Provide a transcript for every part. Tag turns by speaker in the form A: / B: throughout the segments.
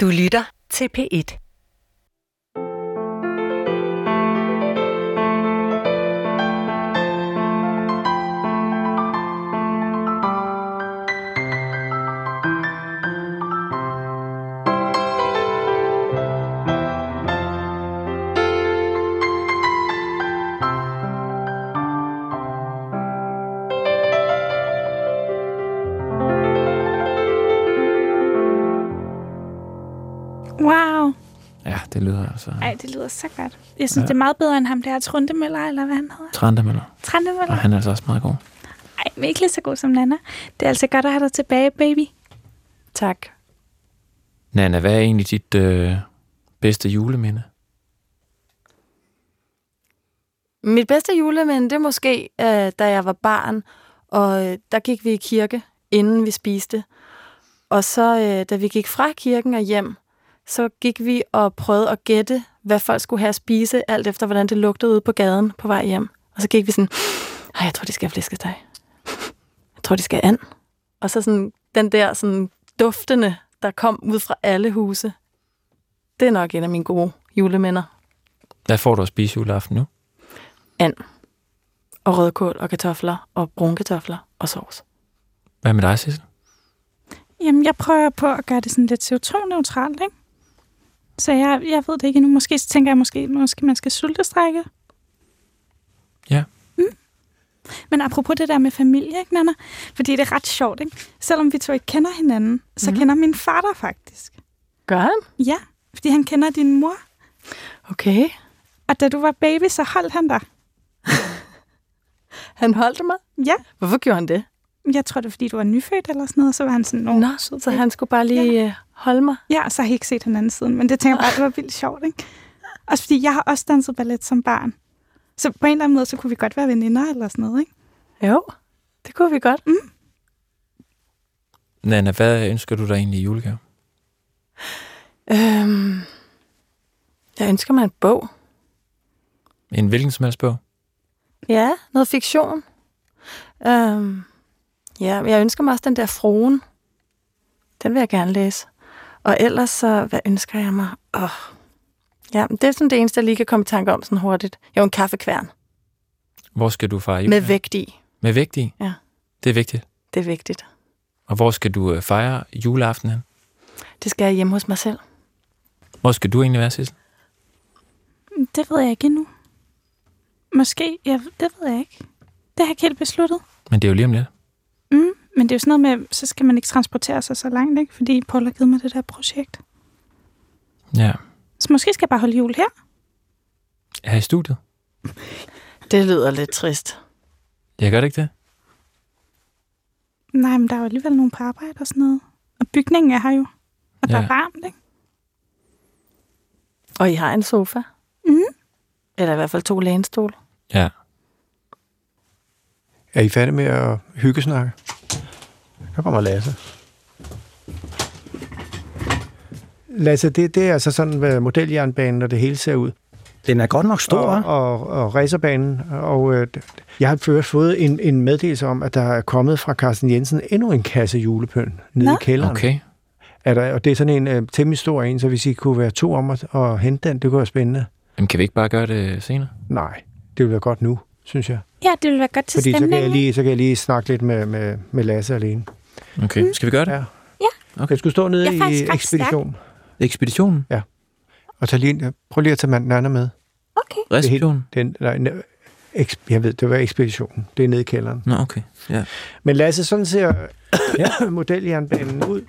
A: Du lytter til P1.
B: Wow.
C: Ja, det lyder altså...
B: Ej, det lyder så godt. Jeg synes,
C: Ja.
B: ja. det er meget bedre end ham der Trundemøller, eller hvad han hedder.
C: Trandemøller. Og
B: Trandemøller.
C: han er altså også meget god.
B: Ej, men ikke lige så god som Nana. Det er altså godt at have dig tilbage, baby.
A: Tak.
C: Nana, hvad er egentlig dit øh, bedste juleminde?
A: Mit bedste julemænd, det er måske, øh, da jeg var barn, og øh, der gik vi i kirke, inden vi spiste. Og så, øh, da vi gik fra kirken og hjem, så gik vi og prøvede at gætte, hvad folk skulle have at spise, alt efter hvordan det lugtede ude på gaden på vej hjem. Og så gik vi sådan, Ej, jeg tror, de skal have flæskesteg. Jeg tror, de skal have and. Og så sådan, den der sådan, duftende, der kom ud fra alle huse. Det er nok en af mine gode juleminder.
C: Hvad får du at spise juleaften nu?
A: og rødkål og kartofler og brune kartofler og sovs.
C: Hvad med dig, Sissel?
B: Jamen, jeg prøver på at gøre det sådan lidt CO2-neutralt, ikke? Så jeg, jeg ved det ikke endnu. Måske så tænker jeg, måske, måske man skal sultestrække.
C: Ja.
B: Mm. Men apropos det der med familie, ikke, Nana? Fordi det er ret sjovt, ikke? Selvom vi to ikke kender hinanden, så
A: Mhm.
B: mm. kender min far dig faktisk.
A: Gør han?
B: Ja, fordi han kender din mor.
A: Okay.
B: Og da du var baby, så holdt han dig.
A: Han holdt mig?
B: Ja.
A: Hvorfor gjorde han det?
B: Jeg tror, det er, fordi du var nyfødt eller sådan noget, så var han sådan, Nå,
A: Nå, så han skulle bare lige ja. holde mig.
B: Ja, og så har jeg ikke set hinanden siden, men det tænker jeg bare, det var vildt sjovt, ikke? Også fordi jeg har også danset ballet som barn. Så på en eller anden måde, så kunne vi godt være veninder eller sådan noget, ikke?
A: Jo, Mm. det kunne vi godt.
C: Nana, hvad ønsker du dig egentlig i julegave?
A: Øhm, jeg ønsker mig en bog.
C: En hvilken som helst bog?
A: Ja, noget fiktion. Øhm, ja, men jeg ønsker mig også den der fruen. Den vil jeg gerne læse. Og ellers så, hvad ønsker jeg mig? Åh. Ja, men det er sådan det eneste, jeg lige kan komme i tanke om sådan hurtigt. Jo, en kaffekværn
C: Hvor skal du fejre jul?
A: med
C: hen?
A: vægt i.
C: Med vægt i?
A: Ja.
C: Det er vigtigt.
A: Det er vigtigt.
C: Og hvor skal du øh, fejre juleaften hen?
A: Det skal jeg hjemme hos mig selv.
C: Hvor skal du egentlig være, Sissel?
B: Mm, Det ved jeg ikke endnu. Måske, jeg, det ved jeg ikke. Det har jeg ikke helt besluttet.
C: Men det er jo lige om lidt.
B: Mm, men det er jo sådan noget med, så skal man ikke transportere sig så langt, ikke? Fordi Paul har givet mig det der projekt.
C: Ja.
B: Så måske skal jeg bare holde jul her.
C: Her i studiet?
A: Det lyder lidt trist.
C: Jeg gør det ikke det?
B: Nej, men der er jo alligevel nogen på arbejde og sådan noget. Og bygningen er her jo. Og ja. der
C: Ja.
B: er varmt, ikke?
A: Og I har en sofa?
B: Mhm.
A: Eller i hvert fald to lænestole.
C: Ja.
D: Er I færdige med at hyggesnakke? Der kommer Lasse. Lasse, det, det er altså sådan, hvad modeljernbanen og det hele ser ud.
E: Den er godt nok stor,
D: og,
E: hva'?
D: og, og racerbanen. Og øh, d- jeg har før fået en, en meddelelse om, at der er kommet fra Carsten Jensen endnu en kasse julepynt nede
B: Nå.
D: i kælderen.
C: Okay.
D: Er der, og det er sådan en øh, temmelig stor en, så hvis I kunne være to om at, at hente den, det kunne være spændende.
C: Jamen, kan vi ikke bare gøre det øh, senere?
D: Nej, det ville være godt nu, synes jeg.
B: Ja, det ville være godt til
D: Fordi så kan, jeg
B: stemningen.
D: lige, så kan jeg lige snakke lidt med, med, med Lasse alene.
C: Okay. Skal vi gøre det?
D: Ja. Okay. Jeg skulle stå nede
B: Jeg er faktisk
D: i
B: ret
D: ekspedition
C: Ekspeditionen?
D: og tage lige, en- prøv lige at tage manden anden med.
B: Okay.
C: Receptionen?
D: Den, nej, ne- eks, jeg ved, det var ekspeditionen. Det er nede i kælderen.
C: Nå, okay. Ja.
D: Men Lasse, sådan ser ja. modeljernbanen ud.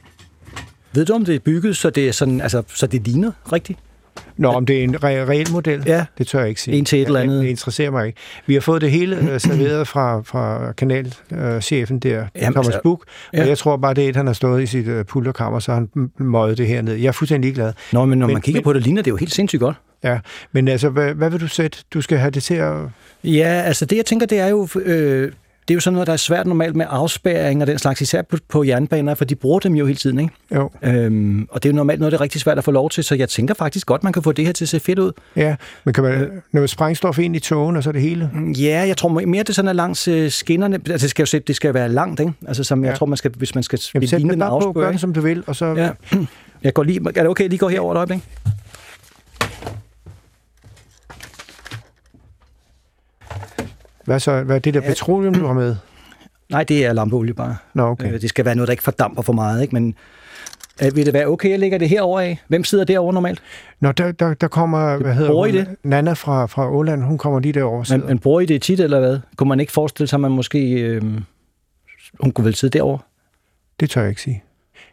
E: Ved du, om det er bygget, så det, er sådan, altså, så det ligner rigtigt?
D: Nå, om det er en re- reel model,
E: Ja.
D: det tør jeg ikke sige.
E: En til et eller andet.
D: Det interesserer mig ikke. Vi har fået det hele øh, serveret fra, fra kanalchefen der, Jamen,
E: Jamen,
D: Thomas
E: så-
D: Buk, ja.
E: ja.
D: og jeg tror bare, det er et, han har stået i sit øh, pulterkammer, så har han m- møjet det her ned. Jeg er fuldstændig ligeglad.
E: Nå, men når
D: Men-
E: man kigger
D: men-
E: på det, ligner det jo helt sindssygt godt.
D: Ja. Men altså, hvad, hvad vil du sætte? Du skal have det til at...
E: Ja, altså det, jeg tænker, det er jo... Øh, det er jo sådan noget, der er svært normalt med afspæring og den slags, især på, på jernbaner, for de bruger dem jo hele tiden, ikke?
D: Jo.
E: Øhm, og det er jo normalt noget, det er rigtig svært at få lov til, så jeg tænker faktisk godt, man kan få det her til at se fedt ud.
D: Ja, men kan man, når man sprængstof ind i togen, og så det hele?
E: Ja, jeg tror mere, det sådan er langs øh, skinnerne. Altså, det skal jo se, det skal være langt, ikke? Altså, som ja.
D: Ja.
E: jeg tror, man skal, hvis man skal
D: Jamen,
E: det
D: sæt
E: ligner
D: det
E: en
D: bare på,
E: afspørg,
D: gør
E: ikke?
D: det, som du vil, og så...
E: Ja. Jeg går lige, er det okay, jeg lige går herover et øjeblik?
D: Hvad, så, hvad er det der petroleum, du har med?
E: Nej, det er lampeolie bare.
D: Nå, okay.
E: Okay. Øh, Det skal være noget, der ikke fordamper for meget, ikke? Men øh, vil det være okay, jeg lægger det herover af? Hvem sidder derovre normalt?
D: Nå, der, der, der kommer, hvad hedder
E: bruger
D: hun?
E: I det?
D: Nana fra, fra Åland, hun kommer lige derovre. og
E: Men,
D: sidder.
E: men bruger I det tit, eller hvad? Kunne man ikke forestille sig, at man måske... Øh, hun kunne vel sidde derovre?
D: Det tør jeg ikke sige.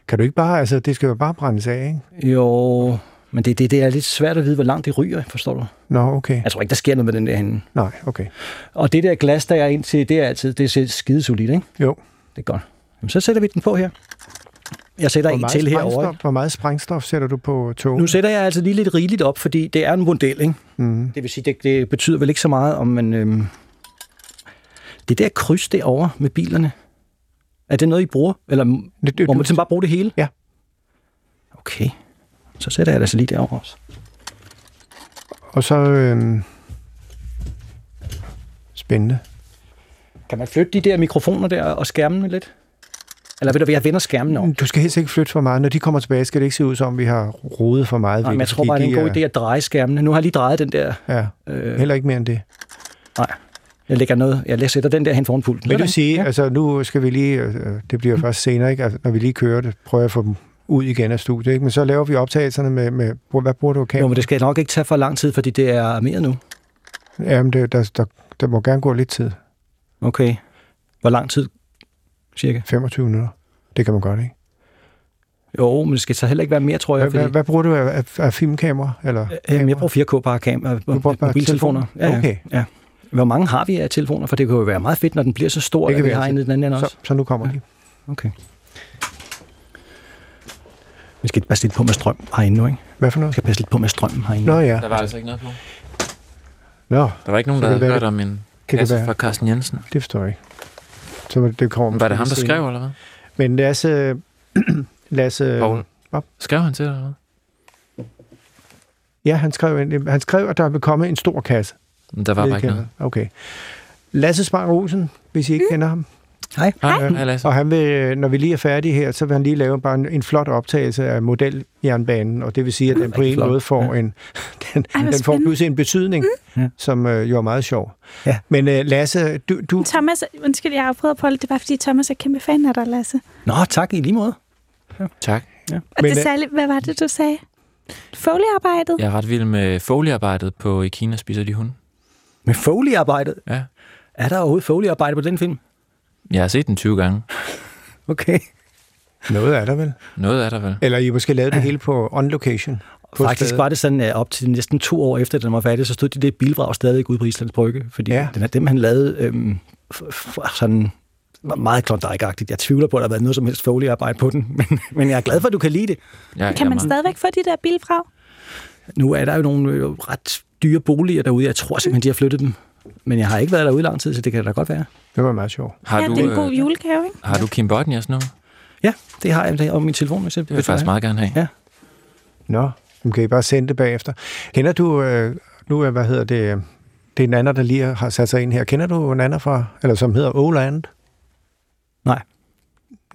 D: Kan du ikke bare, altså det skal jo bare brændes af, ikke?
E: Jo, men det, det, det er lidt svært at vide, hvor langt det ryger, forstår du?
D: Nå, okay.
E: Jeg tror ikke, der sker noget med den der henne.
D: Nej, okay.
E: Og det der glas, der er ind til, det er altid det er skidesolidt, ikke?
D: Jo.
E: Det er godt. Jamen, så sætter vi den på her. Jeg sætter en til herovre.
D: sprængstof, hvor meget sprængstof sætter du på toget?
E: Nu sætter jeg altså lige lidt rigeligt op, fordi det er en model, ikke?
D: Mm.
E: Det vil sige, det, det betyder vel ikke så meget, om man... Øhm, det der kryds derovre med bilerne, er det noget, I bruger? Eller må
D: Det, det,
E: man simpelthen bare bruge det hele?
D: Ja.
E: Okay. Så sætter jeg det altså lige derovre også.
D: og så... Øhm, spændende.
E: Kan man flytte de der mikrofoner der og skærmene lidt? Eller ved du, hvad, jeg vender skærmen over.
D: Du skal helst ikke flytte for meget. Når de kommer tilbage, skal det ikke se ud som, om vi har rodet for meget.
E: Nej,
D: ved
E: men jeg tror bare,
D: fordi
E: det er en god idé
D: de
E: at dreje skærmene. Nu har jeg lige drejet den der.
D: Ja,
E: Øh,
D: heller ikke mere end det.
E: nej, jeg lægger noget. Jeg sætter den der hen foran pulten.
D: Vil
E: Sådan.
D: du sige,
E: Ja.
D: altså nu skal vi lige, øh, det bliver først senere, ikke? Altså, når vi lige kører det, prøver jeg at få dem ud igen af studiet, ikke? men så laver vi optagelserne med, med hvad bruger du af
E: Jo,
D: kamera?
E: men det skal nok ikke tage for lang tid, fordi det er mere nu.
D: Jamen, det, der, der, der må gerne gå lidt tid,
E: Okay. Hvor lang tid? Cirka.
D: 25 minutter. Det kan man godt, ikke?
E: Jo, men det skal så heller ikke være mere, tror jeg.
D: Hvad, hvad,
E: Fordi, Øh,
D: hvad bruger du af, af, af filmkamera? Eller
E: Jamen,
D: kamera?
E: jeg bruger 4K bare kamera
D: Du bruger
E: og
D: bare
E: mobiltelefoner.
D: telefoner?
E: Ja,
D: Okay.
E: Ja. Hvor mange har vi af telefoner? For det kunne jo være meget fedt, når den bliver så stor,
D: Det kan
E: at vi
D: være
E: har en i
D: altid.
E: den anden ende også.
D: så, så nu kommer de.
E: Okay. Vi skal passe lidt på med strøm herinde nu, ikke?
D: Hvad for
E: Vi
D: noget?
E: skal passe lidt på med strømmen herinde.
D: Nå ja.
C: Der var altså ikke noget på.
D: Nå,
C: Der var ikke nogen,
D: Så
C: der havde
D: kan det være-
C: hørt om en
D: kan det
C: kasse
D: være,
C: fra Altså, Carsten Jensen.
D: det forstår jeg ikke. Så må det- det kommer
C: Var det ham, der
D: senere.
C: skrev, eller hvad?
D: Men lad os... øh, lad os øh,
C: Poul.
D: op.
C: Skrev han til dig, eller hvad?
D: ja, han skrev, en- han skrev, at der ville komme en stor kasse.
C: Men Der var
D: Ved
C: bare ikke
D: kender.
C: noget.
D: Okay. Lasse Spang Rosen, hvis I ikke mm. kender ham.
E: Hej.
C: Nej, hej Lasse.
D: Og han vil, øh, når vi lige er færdige her, så vil han lige lave bare en, en flot optagelse af modeljernbanen, og det vil sige, at den på
E: Rigtig
D: en
E: flot.
D: måde får en, den,
B: Ej, hvor
D: den får
B: spændende.
D: pludselig en betydning,
E: Mm. Ja.
D: som øh, jo er meget sjov.
E: Ja.
D: Men øh, Lasse, du, du,
B: Thomas, undskyld, jeg afbryder på det. Det var, fordi Thomas er kæmpe fan af dig, Lasse.
E: Nå, tak i lige måde.
B: Og
C: Tak.
D: Men,
B: Men, det
D: øh,
B: særlige, hvad var det, du sagde? Foliearbejdet?
C: Jeg er ret vild med foliearbejdet på I Kina spiser de hunde.
E: Med foliearbejdet?
C: Ja.
E: Er der overhovedet foliearbejde på den film?
C: Jeg har set den 20 gange.
E: Okay.
D: noget er der vel?
C: Noget er der vel.
D: Eller I har måske lavet det hele på on location? På
E: Faktisk
D: stedet.
E: var det sådan, at op til næsten to år efter, den var færdig, så stod de det bilbrag stadig ude på Islands Brygge, fordi
D: Ja.
E: ja. den er dem, han lavede øhm, f- f- sådan var meget klondike Jeg tvivler på, at der har været noget som helst foliearbejde på den, men, men jeg er glad for, at du kan lide det.
C: Jeg,
B: Kan
C: jeg
B: man
C: er meget-
B: stadigvæk få de der bilfrag?
E: Nu er der jo nogle øh, ret dyre boliger derude. Jeg tror simpelthen, de har flyttet dem. Men jeg har ikke været derude i lang tid, så det kan da godt være.
D: Det var meget sjovt.
C: Har
B: ja,
C: du,
B: det er en god
C: øh,
B: julegave, ikke?
C: har du Kim Bodnias nummer?
E: Ja, det har jeg det om min telefon. Hvis
C: Det vil jeg faktisk meget gerne have.
E: Ja.
D: Nå, nu kan I bare sende det bagefter. Kender du, øh, nu er, hvad hedder det, øh, det er Nana, der lige har sat sig ind her. Kender du Nana fra, eller som hedder Oland?
E: Nej.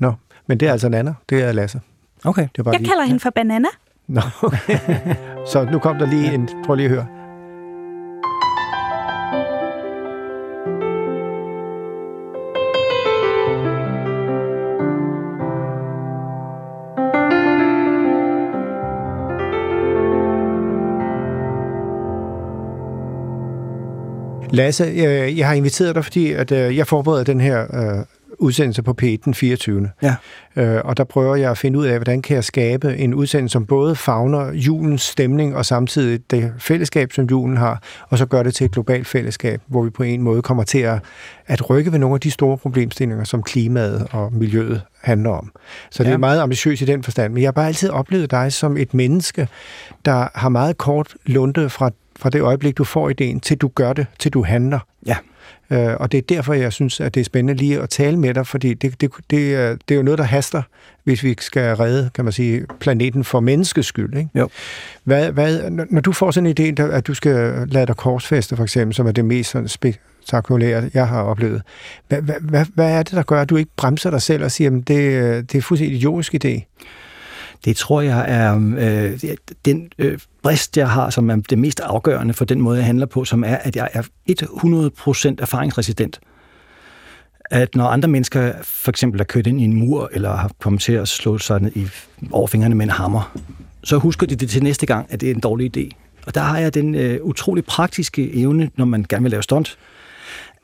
D: Nå, men det er altså Nana, det er Lasse.
E: Okay.
D: Det var bare
B: Jeg
D: lige.
B: kalder hende for Banana.
D: Nå, okay. Så nu kom der lige en, prøv lige at høre. Lasse, øh, jeg har inviteret dig, fordi at øh, jeg forbereder den her øh, udsendelse på P1 den 24.
E: Ja.
D: Øh, og der prøver jeg at finde ud af, hvordan kan jeg skabe en udsendelse, som både fagner julens stemning og samtidig det fællesskab, som julen har, og så gør det til et globalt fællesskab, hvor vi på en måde kommer til at, at rykke ved nogle af de store problemstillinger, som klimaet og miljøet handler om. Så det
E: Ja.
D: er meget ambitiøst i den forstand, men jeg har bare altid oplevet dig som et menneske, der har meget kort lunte fra, fra det øjeblik, du får ideen, til du gør det, til du handler.
E: Ja.
D: Øh, og det er derfor, jeg synes, at det er spændende lige at tale med dig, fordi det, det, det, er, det er jo noget, der haster, hvis vi skal redde, kan man sige, planeten for menneskes skyld. Ikke?
E: Jo.
D: Hvad, hvad, når når du får sådan en idé, der- at du skal lade dig korsfeste, for eksempel, som er det mest sådan spektakulære, jeg har oplevet, hvad, hvad, hvad, hvad er det, der gør, at du ikke bremser dig selv og siger, at det, øh, det er fuldstændig idiotisk idé?
E: Det tror jeg er øh, den øh, brist, jeg har, som er det mest afgørende for den måde, jeg handler på, som er, at jeg er 100% erfaringsresident. At når andre mennesker for eksempel er kørt ind i en mur, eller har kommet til at slå sig ned i overfingrene med en hammer, så husker de det til næste gang, at det er en dårlig idé. Og der har jeg den øh, utrolig praktiske evne, når man gerne vil lave stunt,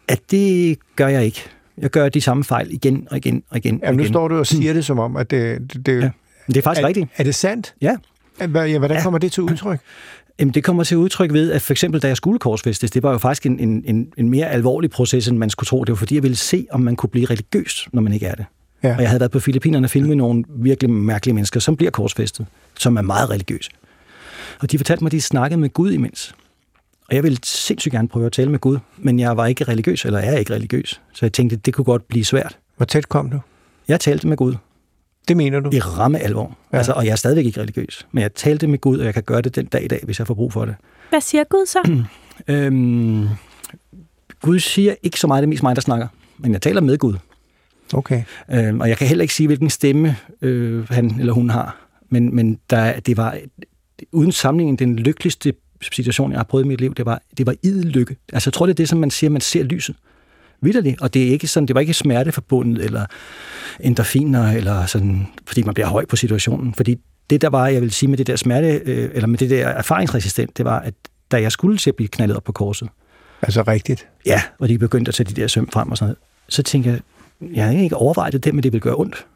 E: at det gør jeg ikke. Jeg gør de samme fejl igen og igen og igen. og
D: Jamen, nu
E: igen. Hmm.
D: står du og siger det som om, at det... det, det
E: Ja, Men det er faktisk
D: er,
E: rigtigt.
D: Er det sandt?
E: Ja.
D: Hva- ja, Hvordan
E: Ja.
D: kommer det til udtryk?
E: Jamen, det kommer til udtryk ved, at for eksempel da jeg skulle korsfæstes, det var jo faktisk en, en, en, en mere alvorlig proces, end man skulle tro. Det var fordi, jeg ville se, om man kunne blive religiøs, når man ikke er det.
D: Ja.
E: Og jeg havde været på Filippinerne og filmet nogle virkelig mærkelige mennesker, som bliver korsfæstet, som er meget religiøse. Og de fortalte mig, at de snakkede med Gud imens. Og jeg ville sindssygt gerne prøve at tale med Gud, men jeg var ikke religiøs, eller er ikke religiøs. Så jeg tænkte, det kunne godt blive svært.
D: Hvor tæt kom du?
E: Jeg talte med Gud
D: Det mener du?
E: i ramme alvor.
D: Ja.
E: Ja. Altså, og jeg er stadigvæk ikke religiøs, men jeg talte med Gud, og jeg kan gøre det den dag i dag, hvis jeg får brug for det.
B: Hvad siger Gud så?
E: Øhm, Gud siger ikke så meget, det er mest mig, der snakker. Men jeg taler med Gud.
D: Okay.
E: Øhm, og jeg kan heller ikke sige, hvilken stemme øh, han eller hun har. Men, men der, er- det var uden sammenligning den lykkeligste situation, jeg har prøvet i mit liv. Det var, det var idel lykke. Altså, jeg tror, det er det, som man siger, man ser lyset. Vitterligt. Og det, er ikke sådan, det var ikke smerteforbundet, eller endorfiner, eller sådan, fordi man bliver høj på situationen. Fordi det, der var, jeg vil sige med det der smerte, øh, eller med det der erfaringsresistent, det var, at da jeg skulle til at blive knaldet op på korset,
D: Altså rigtigt.
E: Ja, og de begyndte at tage de der søm frem og sådan noget. Så tænkte jeg, jeg har ikke overvejet det, der, men det ville gøre ondt.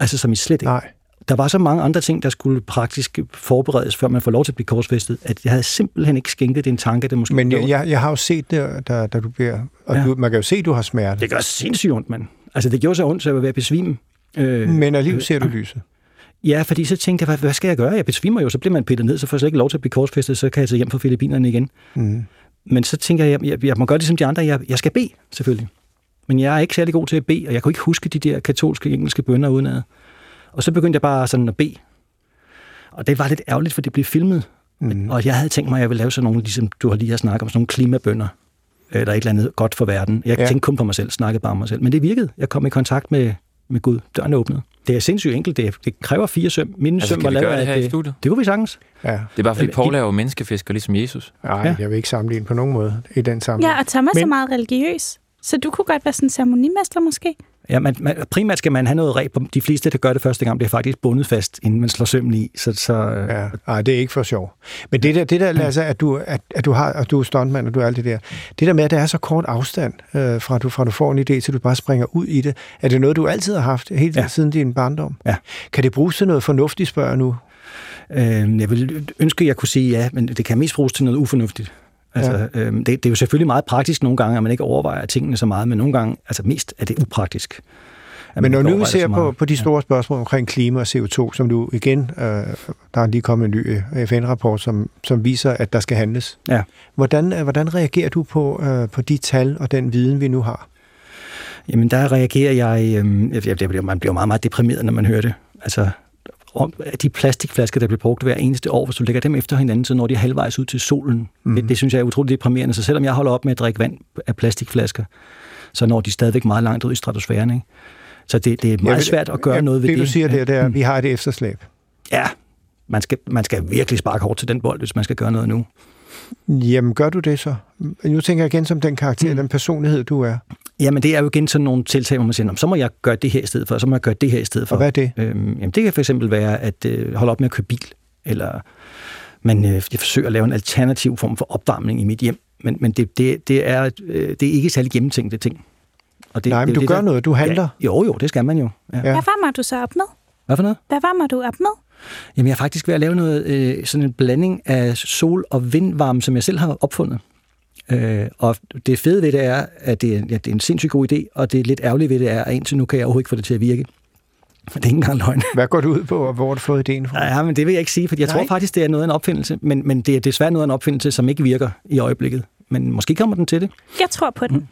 E: Altså som i slet ikke.
D: Nej.
E: Der var så mange andre ting, der skulle praktisk forberedes, før man får lov til at blive korsfæstet, at jeg havde simpelthen ikke skænket den tanke, det måske
D: Men
E: ville gøre
D: jeg, jeg, jeg har jo set det, da, da du bliver... Og ja.
E: Ja.
D: du, man kan jo se, at du har
E: ondt.
D: smerte.
E: Det gør sindssygt ondt, mand. Altså det gjorde så ondt, så jeg var ved at besvime. Øh,
D: Men alligevel ser du lyset.
E: ja, fordi så tænkte jeg, hvad, hvad skal jeg gøre? Jeg besvimer jo, så bliver man pillet ned, så får jeg slet ikke lov til at blive korsfæstet, så kan jeg tage hjem fra Filippinerne igen.
D: Mm.
E: Men så tænker jeg, jeg, jeg må gøre det som de andre, jeg, jeg skal bede, selvfølgelig. Men jeg er ikke særlig god til at bede, og jeg kunne ikke huske de der katolske engelske bønder udenad. Og så begyndte jeg bare sådan at bede. Og det var lidt ærgerligt, for det blev filmet. Mm. Og jeg havde tænkt mig, at jeg ville lave sådan nogle, ligesom du har lige har snakket om, sådan nogle klimabønder. Eller et eller andet godt for verden. Jeg
D: Ja.
E: ja. tænkte kun på mig selv, snakkede bare om mig selv. Men det virkede. Jeg kom i kontakt med, med Gud. Døren åbnede. Det er sindssygt enkelt. Det, det kræver fire søm. Min
C: Altså,
E: søm
C: kan
E: var
C: vi
E: lavet
C: gøre det
E: af,
C: her i
E: øh,
C: studiet?
E: Det kunne vi sagtens.
D: Ja.
C: Det er bare, fordi
E: Jamen,
C: Paul er jo menneskefisker, ligesom Jesus.
D: Ej, ja.
E: Ja.
D: jeg vil ikke sammenligne på nogen måde i den sammenhæng.
B: Ja, og Thomas Men... er
D: Men-
B: meget religiøs. Så du kunne godt være sådan en ceremonimester måske?
E: Ja, man, man, primært skal man have noget reb. på- De fleste, der gør det første gang, bliver faktisk bundet fast, inden man slår sømmen i. Så, så ja.
D: Ja, nej, det er ikke for sjov. Men det der, det
E: Mm.
D: der Lasse, at du, at, at du har, at du er stuntmand, og du er alt det der, det der med, at der er så kort afstand, øh, fra, du, fra du får en idé, til du bare springer ud i det, er det noget, du altid har haft, helt ja.
E: Ja.
D: siden din barndom?
E: Ja.
D: Kan det bruges til noget fornuftigt, spørger jeg nu?
E: øh, jeg vil ønske, at jeg kunne sige ja, men det kan mest bruges til noget ufornuftigt. Altså, ja. øh, det, det er jo selvfølgelig meget praktisk nogle gange, at man ikke overvejer tingene så meget, men nogle gange, altså mest er det upraktisk. at man
D: Men når nu
E: ikke
D: vi
E: overvejer det
D: ser
E: så
D: på,
E: meget.
D: på de store spørgsmål omkring klima og CO2, som du igen, øh, der er lige kommet en ny øh, FN-rapport, som, som viser, at der skal handles.
E: Ja.
D: Hvordan, øh, hvordan reagerer du på, øh, på de tal og den viden, vi nu har?
E: Jamen, der reagerer jeg... Øhm, jeg, jeg bliver, man bliver meget, meget deprimeret, når man hører det. Altså, om, de plastikflasker, der bliver brugt hver eneste år, hvis du lægger dem efter hinanden, så når de er halvvejs ud til solen.
D: Mhm.
E: Mm. Det, det synes jeg er utroligt deprimerende. Så selvom jeg holder op med at drikke vand af plastikflasker, så når de stadigvæk meget langt ud i stratosfæren, ikke? Så det, det er meget
D: Jeg vil-
E: svært at gøre
D: ja,
E: noget ved det. Mm.
D: Det du siger der, det er, at vi har et efterslæb.
E: Ja, man skal, man skal virkelig sparke hårdt til den bold, hvis man skal gøre noget nu.
D: Jamen, gør du det så? Nu tænker jeg igen som den karakter, mm. den personlighed, du er.
E: Jamen, det er jo igen sådan nogle tiltag, hvor man siger, "Nå, så må jeg gøre det her i stedet for, og så må jeg gøre det her i stedet for.
D: Og hvad er det?
E: Øhm, jamen det kan for eksempel være at øh, holde op med at købe bil, eller man øh, jeg forsøger at lave en alternativ form for opvarmning i mit hjem. Men, men det, det, det, er, øh, det er ikke særlig gennemtænkte ting. Og det,
D: Nej,
E: det er
D: men
E: jo
D: du
E: det,
D: gør
E: der-
D: noget. Du handler.
E: Ja, jo, jo, det skal man jo. Ja.
D: Ja.
B: Hvad
E: Ja.
B: varmer du så op med?
E: Hvad for noget?
B: Hvad varmer du op med?
E: Jamen, jeg er faktisk ved at lave noget, øh, sådan en blanding af sol- og vindvarme, som jeg selv har opfundet. Øh, og det fede ved det er, at det er, ja, det er en sindssygt god idé, og det lidt ærgerlige ved det er, at indtil nu kan jeg overhovedet ikke få det til at virke. Det er ikke engang løgn.
D: Hvad går du ud på, og hvor har du fået idéen fra?
E: Ja, men det vil jeg ikke sige, for jeg
D: Nej.
E: tror faktisk, det er noget af en opfindelse, men, men det er desværre noget af en opfindelse, som ikke virker i øjeblikket. Men måske kommer den til det.
B: Jeg tror på den.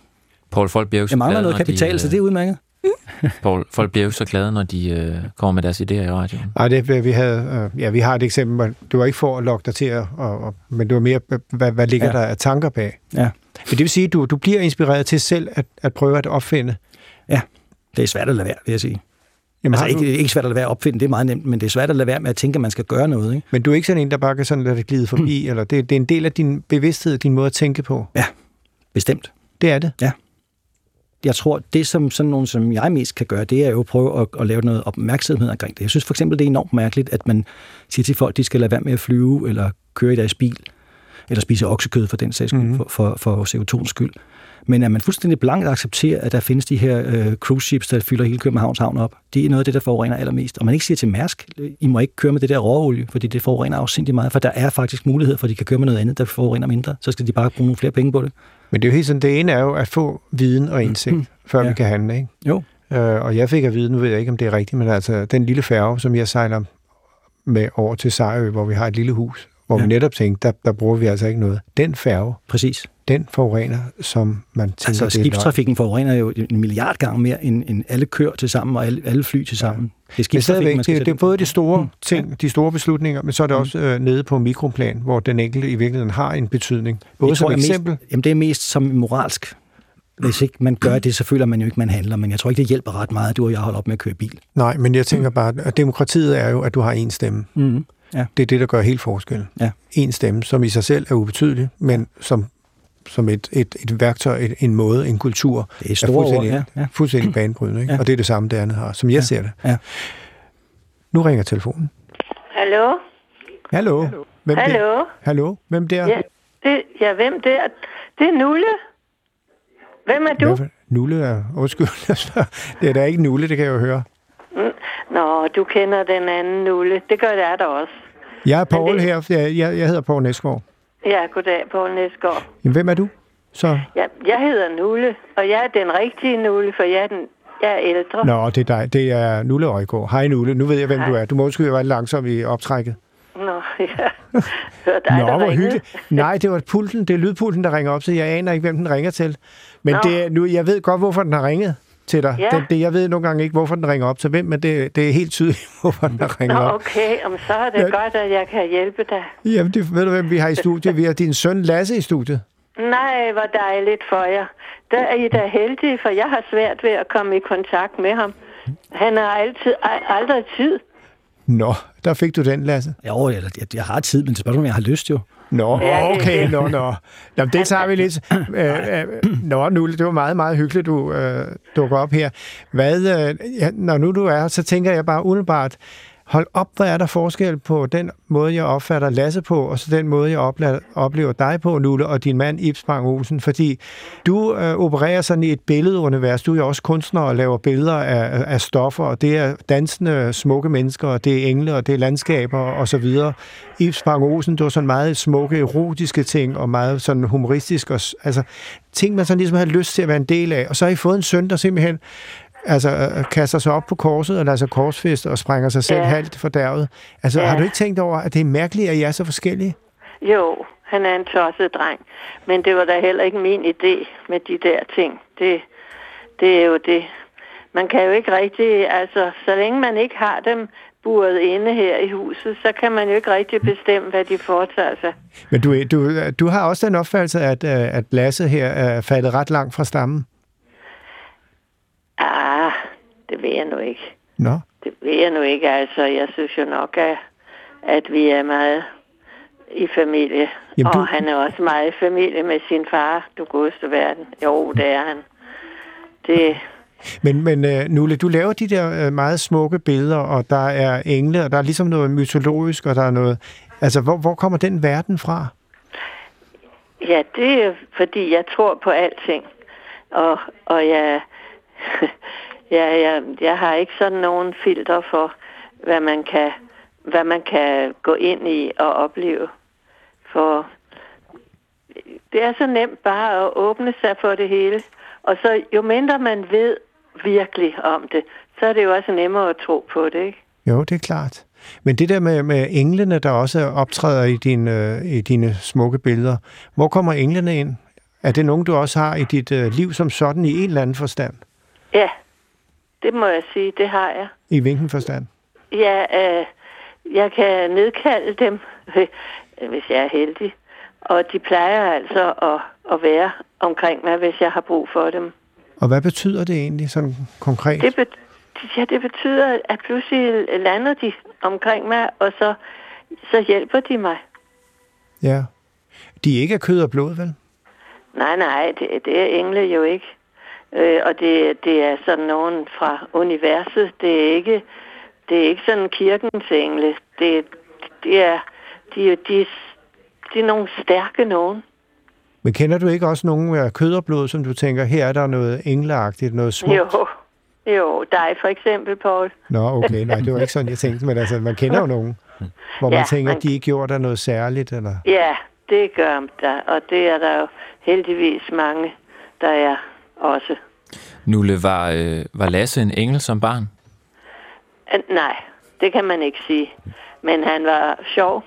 C: Paul, folk bliver jo så
E: Jeg mangler
C: glade,
E: noget
C: når
E: kapital,
C: de, øh,
E: så det er udmærket.
C: Paul, folk bliver jo så glade, når de øh, kommer med deres idéer i radioen.
D: Nej, det blev- vi havde, øh, ja, vi har et eksempel, men det var ikke for at lokke dig til, at, og, og, men det var mere, øh, hvad, hvad ligger ja.
E: Ja.
D: der af tanker bag?
E: Ja.
D: Men det vil sige, at du, du bliver inspireret til selv at, at prøve at opfinde.
E: Det er svært at lade være, vil jeg sige. Jamen, altså
D: har
E: ikke,
D: du-
E: det er ikke svært at lade være at opfinde, det er meget nemt, men det er svært at lade være med at tænke, at man skal gøre noget. Ikke? Mm.
D: Men du er ikke sådan en, der bare kan sådan lade det glide forbi, eller det, det er en del af din bevidsthed, din måde at tænke på.
E: Bestemt.
D: Det er det.
E: Jeg tror, det som sådan nogen som jeg mest kan gøre, det er jo at prøve at, at lave noget opmærksomhed omkring det. Jeg synes for eksempel, det er enormt mærkeligt, at man siger til folk, de skal lade være med at flyve, eller køre i deres bil, eller spise oksekød for den sags skyld,
D: Mhm.
E: mm-hmm. for, for, for CO2's skyld. Men at man fuldstændig blankt accepterer, at der findes de her øh, cruise ships, der fylder hele Københavns havn op, det er noget af det, der forurener allermest. Og man ikke siger til Mærsk, øh, I må ikke køre med det der råolie, fordi det forurener afsindig meget, for der er faktisk mulighed for, at de kan køre med noget andet, der forurener mindre. Så skal de bare bruge nogle flere penge på det.
D: Men det er jo helt sådan, det ene er jo at få viden og indsigt,
E: Mm.
D: før ja. vi
E: Ja.
D: kan handle, ikke?
E: Jo.
D: Øh, og jeg fik at vide, nu ved jeg ikke, om det er rigtigt, men altså den lille færge, som jeg sejler med over til Sejrø, hvor vi har et lille hus, hvor ja.
E: Ja.
D: vi netop tænkte, der, der bruger vi altså ikke noget. Den færge,
E: Præcis.
D: den forurener, som man tænker,
E: Altså
D: det er løgn.
E: skibstrafikken forurener jo en milliard gange mere end, end alle køer til sammen og alle, alle fly til sammen. Ja. Det er
D: Men
E: skibstrafikken,
D: stadigvæk,
E: man
D: det,
E: skal
D: det er
E: sætte
D: både de store ting, de store beslutninger, men så er det
E: Mm.
D: også øh, nede på mikroplan, hvor den enkelte i virkeligheden har en betydning. Både som
E: tror jeg mest-
D: eksempel,
E: Jamen, det er mest som moralsk. Hvis ikke man
D: Mm.
E: gør det, så føler man jo ikke, man handler. Men jeg tror ikke, det hjælper ret meget, at du og jeg holder op med at køre bil.
D: nej, men jeg tænker bare, at demokratiet er jo, at du har en stemme.
E: Mm-hmm.
D: Det er det, der gør helt forskel.
E: Ja.
D: En stemme, som i sig selv er ubetydelig, men som, som et, et, et værktøj, et, en måde, en kultur,
E: Det er store ord,
D: fuldstændig-
E: ja. ja.
D: fuldstændig banebrydende. Ikke? Ja.
E: Ja.
D: Og det er det samme, det andet har, som jeg ja. ser det.
E: Ja.
D: Nu ringer telefonen.
F: Hallo?
D: Hallo. Hallo. Hvem Der?
F: Hallo?
D: Hallo. Hvem der?
F: Ja, det, ja, hvem det er? Det er Nulle. Hvem er du?
D: Hvad for- Nulle er... Undskyld. det er da ikke Nulle, det kan jeg jo høre.
F: Mm. Nå, du kender den anden Nulle. Det gør jeg da også.
D: Jeg er Paul
F: det-
D: her. Jeg, jeg, jeg hedder Paul Næsgaard.
F: Ja, goddag, Poul Næsgaard.
D: Jamen, hvem er du? Så...
F: Ja, jeg hedder Nulle, og jeg er den rigtige Nulle, for jeg er, den, jeg er ældre.
D: Nå, det er dig. Det er Nulle Øjgaard. Hej Nulle. Nu ved jeg, hvem du er. Du må undskylde, jeg var lidt langsom i optrækket.
F: Nå ja. Hør dig,
D: Nå,
F: der
D: hvor
F: ringede.
D: hyggeligt. Nej, det var pulten, det er lydpulten, der ringer op, så jeg aner ikke, hvem den ringer til. Men
F: Nå.
D: det er, nu, jeg ved godt, hvorfor den har ringet til dig.
F: Ja.
D: Den, det, jeg ved nogle gange ikke, hvorfor den ringer op til hvem, men det, det er helt tydeligt, hvorfor den har ringet
F: Nå,
D: op.
F: okay, om så er det
D: Ja.
F: godt, at jeg kan hjælpe dig.
D: Jamen, det, ved du, hvem vi har i studiet? Vi har din søn Lasse i studiet.
F: Nej, hvor dejligt for jer. Der er I da heldige, for jeg har svært ved at komme i kontakt med ham. Han har altid, al- aldrig tid.
D: Nå, der fik du den, Lasse.
E: Jo, jeg, jeg, jeg har tid, men det er spørgsmålet, om jeg har lyst jo.
D: Nå,
F: Ja, det er
D: okay,
F: det.
D: nå, nå. Nå, men det tager vi lidt. Øh, øh, Nå, Nulle, det var meget, meget hyggeligt, du øh, dukker op her. Hvad, øh, ja, når nu du er her, så tænker jeg bare umiddelbart, hold op, hvor er der forskel på den måde, jeg opfatter Lasse på, og så den måde, jeg opla- oplever dig på, Nulle, og din mand, Ibs Bang Olsen, fordi du øh, opererer sådan i et billedunivers. Du er jo også kunstner og laver billeder af, af stoffer, og det er dansende smukke mennesker, og det er engle, og det er landskaber, og så videre. Ibs Bang Olsen, det var sådan meget smukke, erotiske ting, og meget sådan humoristisk, og, s- altså ting, man sådan ligesom havde lyst til at være en del af. Og så har I fået en søn, der simpelthen altså, øh, kaster sig op på korset, og lader sig korsfest, og sprænger sig selv
F: Ja.
D: ja. halvt fordærvet. Altså, ja.
F: Ja.
D: har du ikke tænkt over, at det er mærkeligt, at I er så forskellige?
F: Jo, han er en tosset dreng. Men det var da heller ikke min idé med de der ting. Det, det er jo det. Man kan jo ikke rigtig, altså, så længe man ikke har dem buret inde her i huset, så kan man jo ikke rigtig bestemme, hvad de foretager sig.
D: Men du, du, du har også den opfattelse, at, øh, at Lasse her er faldet ret langt fra stammen.
F: Ah, det ved jeg nu ikke.
D: Nå.
F: Det ved jeg nu ikke, altså. Jeg synes jo nok, at, at vi er meget i familie.
D: Jamen,
F: Jamen,
D: du-
F: du... Og han er også meget i familie med sin far, du godeste verden. Jo, det er han. Det,
D: Men, men øh, Nulle, du laver de der øh, meget smukke billeder, og der er engle, og der er ligesom noget mytologisk, og der er noget... Altså, hvor, hvor kommer den verden fra?
F: ja, det er fordi, jeg tror på alting. Og, og jeg, ja, jeg, jeg har ikke sådan nogen filter for, hvad man kan, hvad man kan gå ind i og opleve. For det er så nemt bare at åbne sig for det hele. Og så jo mindre man ved virkelig om det, så er det jo også nemmere at tro på det, ikke?
D: Jo, det er klart. Men det der med, med englene, der også optræder i, din, øh, i dine smukke billeder, hvor kommer englene ind? Er det nogen, du også har i dit øh, liv som sådan i en eller anden forstand?
F: Ja, det må jeg sige, det har jeg.
D: I hvilken forstand?
F: Ja, øh, jeg kan nedkalde dem, hvis jeg er heldig. Og de plejer altså at, at være omkring mig, hvis jeg har brug for dem.
D: Og hvad betyder det egentlig sådan konkret?
F: Det bet- ja, det betyder, at pludselig lander de omkring mig, og så, så hjælper de mig.
D: Ja. De er ikke af kød og blod, vel?
F: Nej, nej, det, det er engle jo ikke. Øh, og det, det er sådan nogen fra universet. Det er ikke, det er ikke sådan kirkens engle. Det, det er, de, de, de er nogle stærke nogen.
D: Men kender du ikke også nogen af kød og blod, som du tænker, her er der noget engleagtigt, noget smukt?
F: Jo, jo, dig for eksempel, Paul.
D: Nå, okay, nej, det var ikke sådan, jeg tænkte, men altså, man kender jo nogen, hvor man
F: Ja,
D: tænker,
F: man-
D: de ikke gjorde der noget særligt, eller...
F: Ja, det gør der, og det er der jo heldigvis mange, der er også.
C: Nulle, var, øh, var Lasse en engel som barn?
F: Øh, Nej, det kan man ikke sige. Men han var sjov,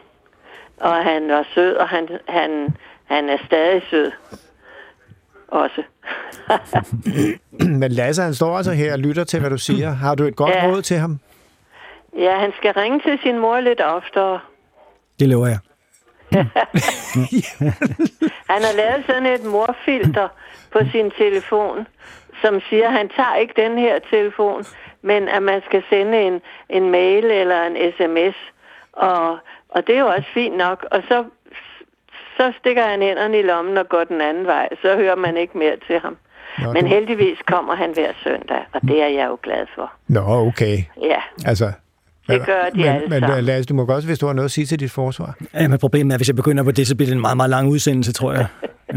F: og han var sød, og han, han, han er stadig sød. Også.
D: Men Lasse, han står altså her og lytter til, hvad du siger. Har du et godt
F: Ja.
D: råd til ham?
F: Ja, han skal ringe til sin mor lidt oftere.
E: Det lover jeg.
F: Han har lavet sådan et morfilter på sin telefon, som siger, at han tager ikke den her telefon, men at man skal sende en, en mail eller en sms. Og, og det er jo også fint nok. Og så, så stikker han hænderne i lommen og går den anden vej. Så hører man ikke mere til ham.
D: Nå,
F: Men
D: du-
F: heldigvis kommer han hver søndag, og det er jeg jo glad for.
D: Nå, okay.
F: Ja,
D: Altså,
F: Det gør de
D: men,
F: alle
D: men,
F: sammen.
D: Men Lasse, du må godt, hvis du har noget at sige til dit forsvar.
E: Ja, men problemet er, at hvis jeg begynder på det, så bliver det en meget, meget lang udsendelse, tror jeg.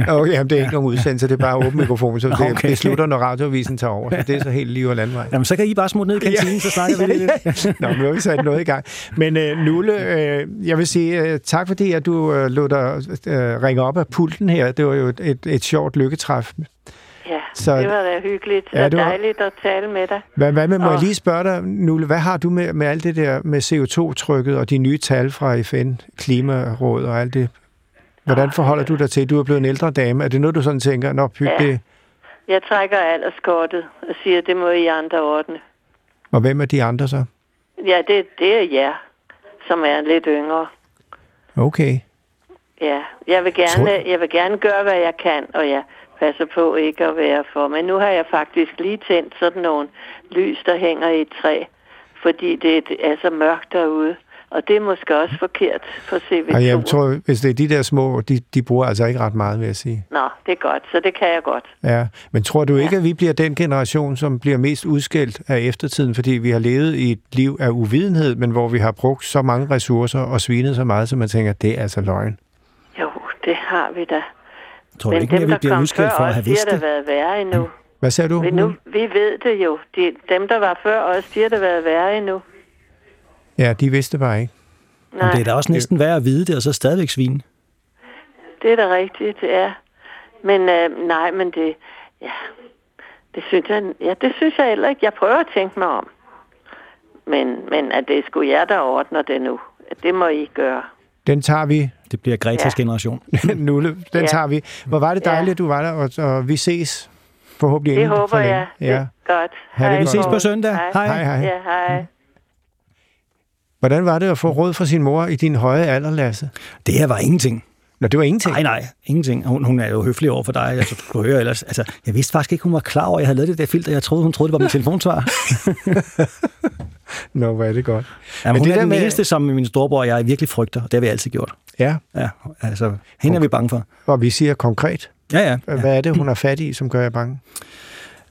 D: Okay, jamen, det er ikke nogen udsendelse, det er bare åben mikrofon, så det
E: Okay.
D: beslutter, når radioavisen tager over. Så det er så helt lige og landvej.
E: Jamen, så kan I bare smutte ned i kantinen, ja. så snakker vi lige lidt.
D: Nå, men nu har vi sat noget i gang. Men øh, Nulle, øh, jeg vil sige øh, tak fordi, at du øh, lod dig øh, ringe op af pulten her. Det var jo et, et, et sjovt lykketræf.
F: ja.
D: Så-
F: Så, det var da hyggeligt.
D: Ja,
F: Ja,
D: det
F: det
D: var-
F: dejligt at tale med dig.
D: Hvad, hvad med, må
F: Åh.
D: jeg lige spørge dig, Nulle, hvad har du med, med alt det der med CO2-trykket og de nye tal fra FN, Klimaråd og alt det? Hvordan forholder du dig til? Du er blevet en ældre dame. Er det noget, du sådan tænker, nå, pyt,
F: Ja.
D: det,
F: Jeg trækker alderskortet og siger, det må I andre ordne.
D: og hvem er de andre så?
F: Ja, det, det er jer, som er lidt yngre.
D: Okay.
F: Ja, jeg vil,
D: Tror
F: gerne, jeg vil gerne gøre, hvad jeg kan, og jeg passer på ikke at være for. Men nu har jeg faktisk lige tændt sådan nogle lys, der hænger i et træ, fordi det er- er så mørkt derude. Og det er måske også forkert for CV2.
D: Og jeg tror, hvis det er de der små, de, de bruger altså ikke ret meget, vil jeg sige.
F: Nå, det er godt, så det kan jeg godt.
D: Ja, men tror du ikke, at vi bliver den generation, som bliver mest udskældt af eftertiden, fordi vi har levet i et liv af uvidenhed, men hvor vi har brugt så mange ressourcer og svinet så meget, så man tænker, det er altså løgn.
F: Jo, det har vi da.
E: Tror du
F: Men
E: ikke mere,
F: dem,
E: vi
F: der
E: bliver
F: kom
E: udskilt
F: før
E: for at
F: os,
E: have
F: de har
E: vidst
F: da
E: det?
F: været værre endnu.
D: Hvad sagde du?
F: Vi, nu, vi ved det jo. De, dem, der var før os, de har da været værre endnu.
D: Ja, de vidste bare ikke.
E: Men
F: Nej,
E: det er da også næsten værd at vide det, og så stadigvæk svine.
F: det er da rigtigt, ja. Men øh, nej, men det, ja, det synes jeg, ja, det synes jeg heller ikke. Jeg prøver at tænke mig om. Men, men at det er sgu jer, der ordner det nu. Det må I gøre.
D: Den tager vi,
E: Det bliver Gretas
F: Ja.
E: generation.
D: Nulle. Den
F: Ja.
D: tager vi. Hvor var det
F: Ja.
D: dejligt, at du var der, og, og vi ses forhåbentlig
F: Det
D: inden
F: håber
D: for længe.
F: jeg. Det
D: Ja.
F: er godt.
D: Ha' det
F: Hej,
D: godt.
E: Vi ses på
F: Poul.
E: søndag. Hej.
D: Hej, hej.
F: Ja, hej.
D: Hvordan var det at få råd fra sin mor i din høje alder, Lasse?
E: Det her var ingenting.
D: Nå, det var ingenting.
E: Nej, nej, ingenting. Hun, hun er jo høflig over for dig, altså, du kunne høre ellers. Altså, jeg vidste faktisk ikke, hun var klar over, at jeg havde lavet det der filter. Jeg troede, hun troede, det var min telefonsvar.
D: Nå, hvor er det godt.
E: Jamen,
D: Men
E: hun
D: det
E: det er
D: der
E: den
D: med-
E: med... eneste, som min storebror og jeg virkelig frygter. Det har vi altid gjort.
D: Ja,
E: Ja, altså, hende er vi bange for.
D: og vi siger konkret,
E: Ja, ja. ja.
D: hvad er det, hun har fat i, som gør jer bange?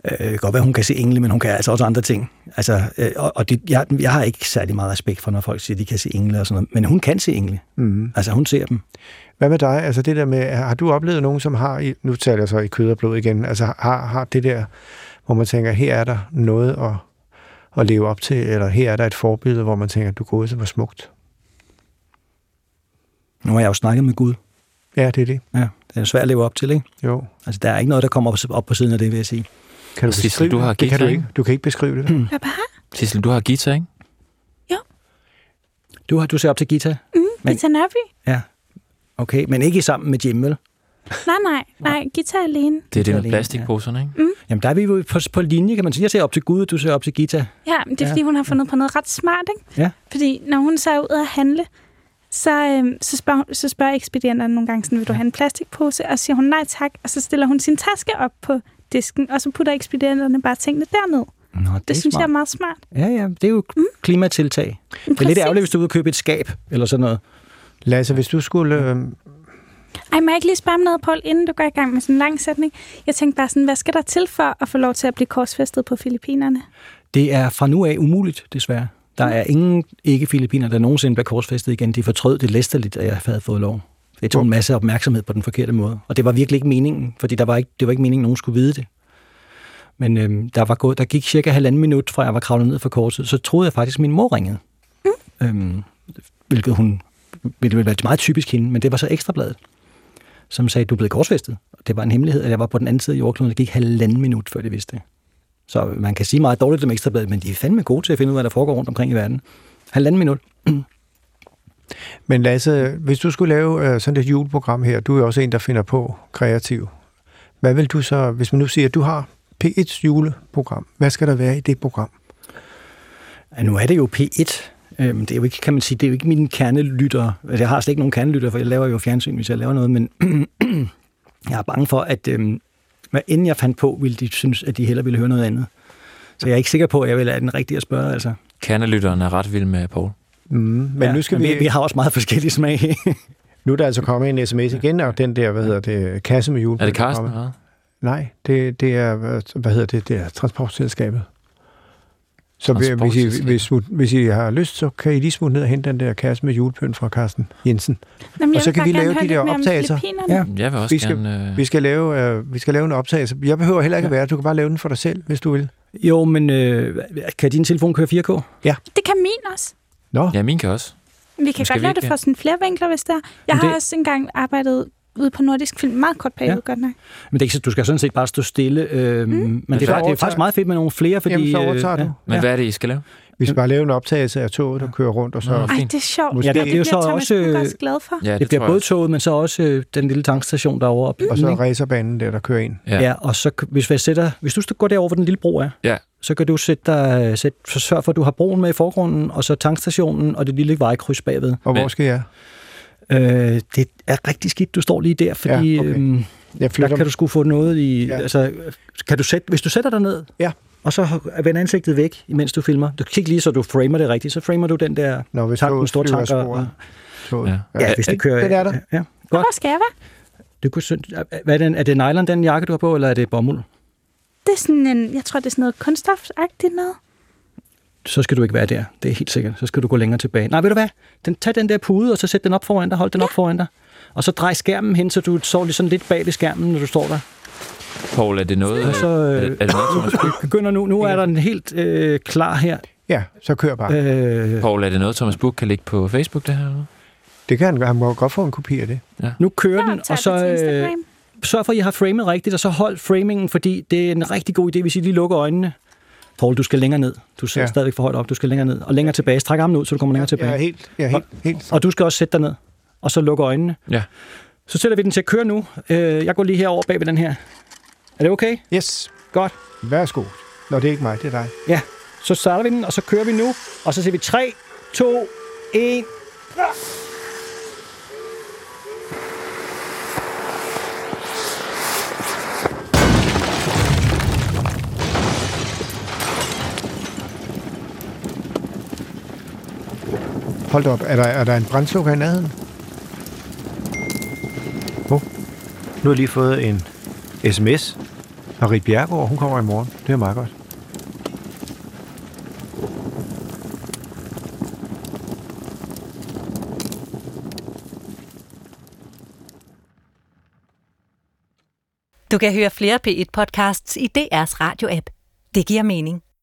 E: Øh, det kan godt være, hun kan se engle, men hun kan altså også andre ting. Altså, øh, og og det, jeg, jeg har ikke særlig meget respekt for, når folk siger, at de kan se engle og sådan noget. Men hun kan se engle.
D: Mm-hmm.
E: Mm. Altså, hun ser dem.
D: Hvad med dig? Altså det der med, har du oplevet nogen, som har, i, nu taler jeg så i kød og blod igen, altså har, har det der, hvor man tænker, her er der noget at, at leve op til, eller her er der et forbillede, hvor man tænker, du gode, så var smukt.
E: Nu har jeg jo snakket med Gud.
D: Ja, det er det.
E: Ja, det er svært at leve op til, ikke?
D: Jo.
E: Altså, der er ikke noget, der kommer op- op på siden af det, vil jeg sige.
D: Kan du
C: Altså, Sissel,
D: beskrive
C: du har Hmm.
D: det? det? kan
C: guitar,
D: du ikke. Du kan ikke beskrive det. vel?
C: Sissel, du har guitar, ikke?
E: Du, har, du ser op til guitar? Men-
B: Men... Gita Nørby?
E: Ja. Okay, men ikke sammen med Jim, vel?
B: Nej, nej, nej, Gita alene.
C: Det er det
E: Guitar
C: med
E: alene,
C: plastikposerne, ikke?
E: Jamen, der er vi jo på, på linje, kan man sige. Jeg ser op til Gud, og du ser op til guitar.
B: Ja, men det er,
E: Ja.
B: fordi hun har fundet på noget ret smart, ikke?
E: Ja.
B: Fordi når hun så er ude at handle, så, øhm, så, spørger, hun- så spørger ekspedienterne nogle gange, sådan, vil du have en plastikpose? Og så siger hun nej tak, og så stiller hun sin taske op på disken, og så putter ekspedienterne bare tingene derned.
E: Nå, det,
B: Det, det synes
E: smart.
B: jeg er meget smart.
E: Ja, ja, det er jo mm. klimatiltag. Det er lidt
B: Præcis.
E: ærgerligt, hvis du er ude og købe et skab eller sådan noget.
D: Lasse, hvis du skulle... Øh,
B: Ej, må jeg ikke lige spørge om noget, Paul, inden du går i gang med sådan en lang sætning? Jeg tænkte bare sådan, hvad skal der til for at få lov til at blive korsfæstet på Filippinerne?
E: Det er fra nu af umuligt, desværre. Der er ingen ikke-filipiner, der nogensinde bliver korsfæstet igen. De fortrød det læsterligt, at jeg havde fået lov. Det tog en masse opmærksomhed på den forkerte måde. Og det var virkelig ikke meningen, fordi der var ikke, det var ikke meningen, at nogen skulle vide det. Men øhm, der, var gået, der gik cirka halvanden minut, fra jeg var kravlet ned fra korset, så troede jeg faktisk, at min mor ringede. Mm. Øhm, hvilket hun ville ville være meget typisk hende, men det var så ekstrabladet, som sagde, at du er blevet korsfæstet. Og det var en hemmelighed, at jeg var på den anden side af jordkloden, og det gik halvanden minut, før de vidste det. Så man kan sige meget dårligt om ekstrabladet, men de er fandme gode til at finde ud af, hvad der foregår rundt omkring i verden. Halvanden minut.
D: men Lasse, hvis du skulle lave øh, sådan et juleprogram her, du er jo også en, der finder på kreativ. Hvad vil du så, hvis man nu siger, at du har P1's juleprogram, hvad skal der være i det program?
E: Ja, nu er det jo P1. Øhm, det er jo ikke, kan man sige, det er jo ikke mine kernelyttere. Altså, jeg har slet ikke nogen kernelyttere, for jeg laver jo fjernsyn, hvis jeg laver noget, men jeg er bange for, at øhm, hvad inden jeg fandt på, ville de synes, at de hellere ville høre noget andet. Så jeg er ikke sikker på, at jeg vil være den rigtige at spørge, altså.
C: Kernelytteren er ret vild med Paul.
D: Mm, men ja, nu skal
E: men
D: vi...
E: vi... Vi har også meget forskellige smag.
D: Nu er der altså kommet en sms igen, og den der, hvad hedder det, kasse med jule.
C: Er det Carsten? eller hvad?
D: Nej, det, det er, hvad- hvad hedder det, det er transportselskabet. Så hvis- hvis I,
C: Transportselskabet.
D: hvis, hvis I har lyst, så kan I lige smutte ned og hente den der kasse med julepynt fra Carsten Jensen.
B: Jamen, jeg
D: Og så
B: vil
D: kan
B: bare
D: vi
B: gerne
D: lave
B: høre
D: de der
B: lidt mere om
D: optagelser.
B: Filippinerne.
E: Ja.
C: Jeg vil også
D: Vi skal-
C: gerne... Øh,
D: Vi skal, lave, øh, vi skal lave en optagelse. Jeg behøver heller ikke at
E: Ja.
D: være der. Du kan bare lave den for dig selv, hvis du vil.
E: jo, men øh, kan din telefon køre 4K?
B: Det kan min også.
D: Nå, ja.
C: Ja, min kan også.
B: Vi kan
C: Skal
B: godt
C: vi
B: lave det
C: ikke?
B: fra sådan flere vinkler, hvis der. Jeg
E: Men
B: har
E: det-
B: også engang arbejdet ude på nordisk film. Meget kort periode,
E: Ja.
B: godt nok.
E: Men det er ikke, så- du skal sådan set bare stå stille. Øhm, mm. Men det er,
D: så
E: faktisk- det er
D: overtager-
E: faktisk meget fedt med nogle flere, fordi...
D: Jamen, så
E: øh,
D: overtager du.
C: Men ja. hvad er det, I skal lave?
D: vi skal bare lave en optagelse af toget, der kører rundt, og så...
C: Nå.
B: Ej,
C: Fint.
B: det er sjovt.
D: Måske-
E: Ja, det er jo
B: bliver
E: så
B: Thomas
E: også,
B: Buch
E: øh,
B: også glad for.
C: Ja,
E: det bliver
C: tror jeg
E: både
C: også.
E: toget, men så også øh, den lille tankstation derovre. op i
D: Og så
E: den, ikke?
D: racerbanen der, der kører ind.
C: Ja.
E: ja, og så k- hvis, jeg sætter, hvis du går derover, hvor den lille bro er,
C: Ja.
E: så kan du sætte dig, øh, sæt, så sørg for, at du har broen med i forgrunden, og så tankstationen og det lille vejkryds bagved.
D: Og hvor
C: Men-
D: skal jeg?
E: Øh, det er rigtig skidt, du står lige der, fordi
D: Ja,
E: ja,
D: okay.
E: okay. øhm,
D: Jeg
E: der
D: flytter...
E: kan du sgu få noget i...
D: Ja.
E: Ja. Altså, kan du sætte, hvis du sætter dig ned,
D: Ja.
E: og så vender ansigtet væk, imens du filmer. Du kigger lige, så du framer det rigtigt, så framer du den der
D: Nå, hvis
E: tank, den
D: toget
E: store
D: flyver af
E: tank. og-
D: sporet. Toget.
C: Ja.
E: Ja, hvis det kører...
D: Den er der.
E: Ja.
B: Og
E: Godt.
B: hvor skal jeg være?
E: Du kunne, synes- hvad er, den, er det nylon, den jakke, du har på, eller er det bomuld?
B: Det er sådan en, jeg tror, det er sådan noget kunststofagtigt noget.
E: Så skal du ikke være der, det er helt sikkert. Så skal du gå længere tilbage. Nej, ved du hvad? Den, tag den der pude, og så sæt den op foran dig, hold den op foran dig. Og så drej skærmen hen, så du står lige sådan lidt bag ved skærmen, når du står der.
C: Paul, er det noget,
E: Og så,
C: er,
E: øh,
C: er det noget Thomas Buch?
E: Begynder nu, nu er der en helt øh, klar her.
D: ja, så kører bare.
E: Øh,
C: Paul, er det noget, Thomas Buch kan lægge på Facebook, det her? eller hvad?
D: Det kan han, gøre. han må godt få en kopi af det.
E: nu kører den,
B: Jeg
E: og så, øh,
B: Instagram.
E: sørg for, at I har framet rigtigt, og så hold framingen, fordi det er en rigtig god idé, hvis I lige lukker øjnene. Paul, du skal længere ned. Du sidder
D: Ja.
E: ja. stadigvæk for højt op. Du skal længere ned. Og længere tilbage. Stræk armen ud, så du kommer længere
D: Jeg er
E: tilbage.
D: helt, jeg er helt, helt
E: Og du skal også sætte dig ned. Og så lukke øjnene.
C: Ja.
E: Så sætter vi den til at køre nu. Øh, Jeg går lige herover bag ved den her. Er det okay?
D: Yes,
E: Godt.
D: værsgo. Nå, det er ikke mig, det er dig.
E: Ja. Så starter vi den, og så kører vi nu. Og så ser vi 3, 2, 1.
D: Hold da op, er der, er der en brændslukker i nærheden? Oh. Nu har jeg lige fået en sms fra Rit Bjergård. Hun kommer i morgen. Det er meget godt.
G: Du kan høre flere P1-podcasts i DR's radio-app. Det giver mening.